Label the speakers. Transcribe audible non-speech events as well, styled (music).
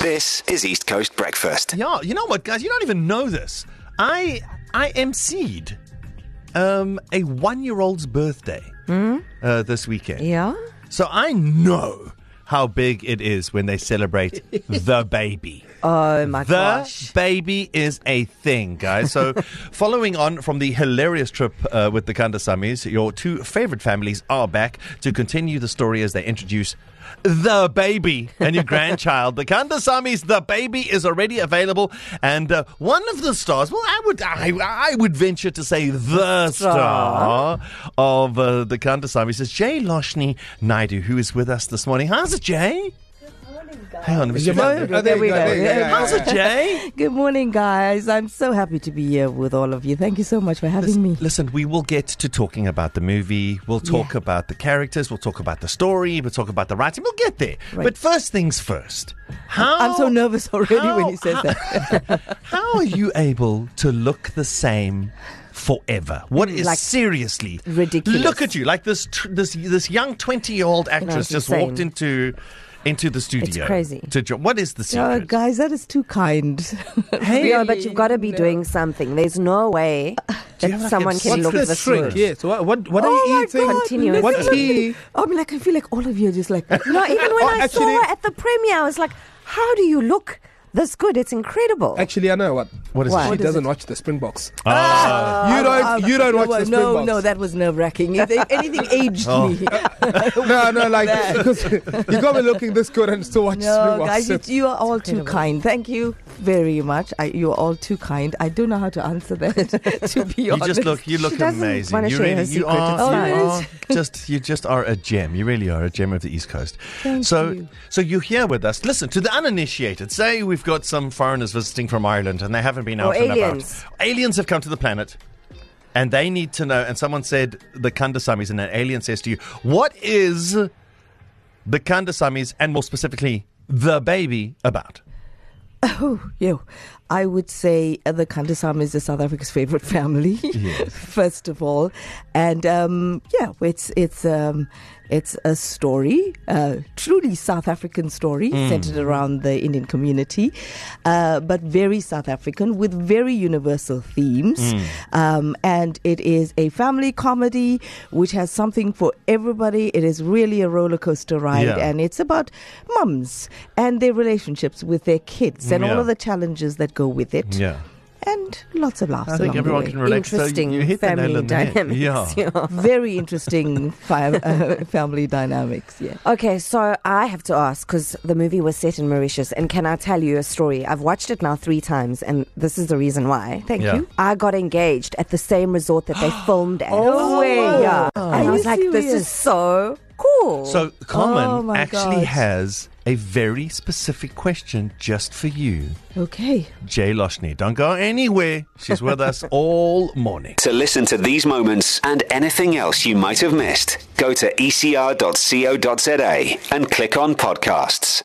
Speaker 1: This is East Coast Breakfast.
Speaker 2: Yeah, you know what, guys? You don't even know this. I I emceed um, a one-year-old's birthday uh, this weekend.
Speaker 3: Yeah.
Speaker 2: So I know how big it is when they celebrate the baby.
Speaker 3: Oh my
Speaker 2: the
Speaker 3: gosh.
Speaker 2: baby is a thing, guys.
Speaker 3: (laughs)
Speaker 2: So, following on from the hilarious trip uh, with the Kandasamis, your two favorite families are back to continue the story as they introduce the baby and your grandchild. The Kandasamis, the baby is already available, and uh, one of the stars. Well, I would, I, I would venture to say the star of uh, the Kandasamis is Jay Loshni Naidu, who is with us this morning. How's it, Jay? Hang on, Mr.
Speaker 3: Oh, There we go. There we go.
Speaker 2: How's it, Jay?
Speaker 3: Good morning, guys. I'm so happy to be here with all of you. Thank you so much for having me.
Speaker 2: Listen, we will get to talking about the movie. We'll talk
Speaker 3: Yeah.
Speaker 2: about the characters. We'll talk about the story. We'll talk about the writing. We'll get there.
Speaker 3: Right.
Speaker 2: But first things first. How
Speaker 3: I'm so nervous already when
Speaker 2: how-
Speaker 3: he says
Speaker 2: how-
Speaker 3: that.
Speaker 2: (laughs) How are you able to look the same? Forever. What is
Speaker 3: Like,
Speaker 2: seriously
Speaker 3: ridiculous.
Speaker 2: Look at you, like this tr- this this young twenty year old actress
Speaker 3: it's
Speaker 2: just
Speaker 3: insane.
Speaker 2: walked into into the studio.
Speaker 3: crazy.
Speaker 2: To jo- what is the
Speaker 3: Oh,
Speaker 2: secret?
Speaker 3: guys, that is too kind. (laughs)
Speaker 4: No, but you've got to be doing something. There's no way
Speaker 2: you
Speaker 4: that
Speaker 2: have, like,
Speaker 4: someone
Speaker 2: a-
Speaker 4: can
Speaker 2: what's
Speaker 4: look
Speaker 2: the
Speaker 4: this
Speaker 2: trick?
Speaker 4: good.
Speaker 5: Yes. What? What? What
Speaker 3: Oh
Speaker 5: are
Speaker 3: my
Speaker 5: you eating?
Speaker 3: God,
Speaker 4: Continuous.
Speaker 5: What
Speaker 3: listen.
Speaker 5: tea?
Speaker 3: I'm like, I feel like all of you are just
Speaker 5: (laughs)
Speaker 3: like,
Speaker 4: No, even when
Speaker 5: Oh,
Speaker 4: I
Speaker 5: actually-
Speaker 4: saw her at the premiere, I was like, "How do you look this good? It's incredible."
Speaker 5: Actually, I know what.
Speaker 2: What is What? it?
Speaker 5: She
Speaker 2: What
Speaker 3: Oh. is
Speaker 5: doesn't
Speaker 3: it? Uh,
Speaker 5: watch the Springboks.
Speaker 3: Oh!
Speaker 2: Ah.
Speaker 5: you don't. You don't watch
Speaker 3: no, Oh,
Speaker 5: the
Speaker 3: no,
Speaker 5: Springboks. Oh.
Speaker 3: no, that was nerve wracking. Anything aged me.
Speaker 5: (laughs) no,
Speaker 3: (laughs)
Speaker 5: no, like because (laughs) you can't be looking this good and still watch
Speaker 3: No,
Speaker 5: Springboks.
Speaker 3: guys, you,
Speaker 5: It's-
Speaker 3: you are all too kind. Thank you very much. I, you are all too kind. I don't know how to answer that, (laughs) to be
Speaker 2: You
Speaker 3: honest.
Speaker 2: just look. You look
Speaker 4: doesn't
Speaker 2: amazing.
Speaker 4: wanna
Speaker 2: You
Speaker 4: share
Speaker 2: really.
Speaker 4: her
Speaker 2: You
Speaker 4: secret, Oh,
Speaker 2: are.
Speaker 4: it's
Speaker 2: You
Speaker 3: fine.
Speaker 2: are just. You just are a gem. You really are a gem of the East Coast.
Speaker 3: Thank
Speaker 2: so,
Speaker 3: you.
Speaker 2: so you're here with us. Listen to the uninitiated. Say we've got some foreigners visiting from Ireland and they haven't been out
Speaker 4: Or
Speaker 2: and
Speaker 4: aliens.
Speaker 2: about. Aliens have come to the planet. And they need to know. And someone said the Kandasamis, and an alien says to you, "What is the Kandasamis, and more specifically, the baby about?"
Speaker 3: Oh, Yo, I would say uh, the Kandasam is the South Africa's favorite family, (laughs) first of all, and um, yeah, it's it's um, it's a story, uh, truly South African story, centered around the Indian community, uh, but very South African with very universal themes, um, and it is a family comedy which has something for everybody. It is really a roller coaster ride,
Speaker 2: Yeah.
Speaker 3: and it's about mums and their relationships with their kids and
Speaker 2: Yeah.
Speaker 3: all of the challenges that go with it,
Speaker 2: Yeah,
Speaker 3: and lots of laughs
Speaker 2: I think
Speaker 3: along the
Speaker 2: everyone
Speaker 3: way.
Speaker 2: can relate. So
Speaker 4: Interesting
Speaker 2: you hit the nail
Speaker 4: family
Speaker 2: on the head.
Speaker 4: dynamics.
Speaker 2: Yeah.
Speaker 3: Very interesting (laughs) fi- uh, family dynamics. Yeah.
Speaker 4: Okay, so I have to ask because the movie was set in Mauritius, and can I tell you a story? I've watched it now three times, and this is the reason why. Thank
Speaker 2: Yeah.
Speaker 4: you. I got engaged at the same resort that they filmed at. oh,
Speaker 3: way.
Speaker 4: Yeah, and I
Speaker 3: Are
Speaker 4: was
Speaker 3: you
Speaker 4: like, "This
Speaker 3: serious?
Speaker 4: is so cool."
Speaker 2: So Common
Speaker 3: Oh, my
Speaker 2: actually
Speaker 3: God.
Speaker 2: has a very specific question just for you,
Speaker 3: Okay.
Speaker 2: Jay Loshni. Don't go anywhere. She's with
Speaker 3: (laughs)
Speaker 2: us all morning.
Speaker 1: To listen to these moments and anything else you E might have missed, go to ecr.co.za and click on podcasts.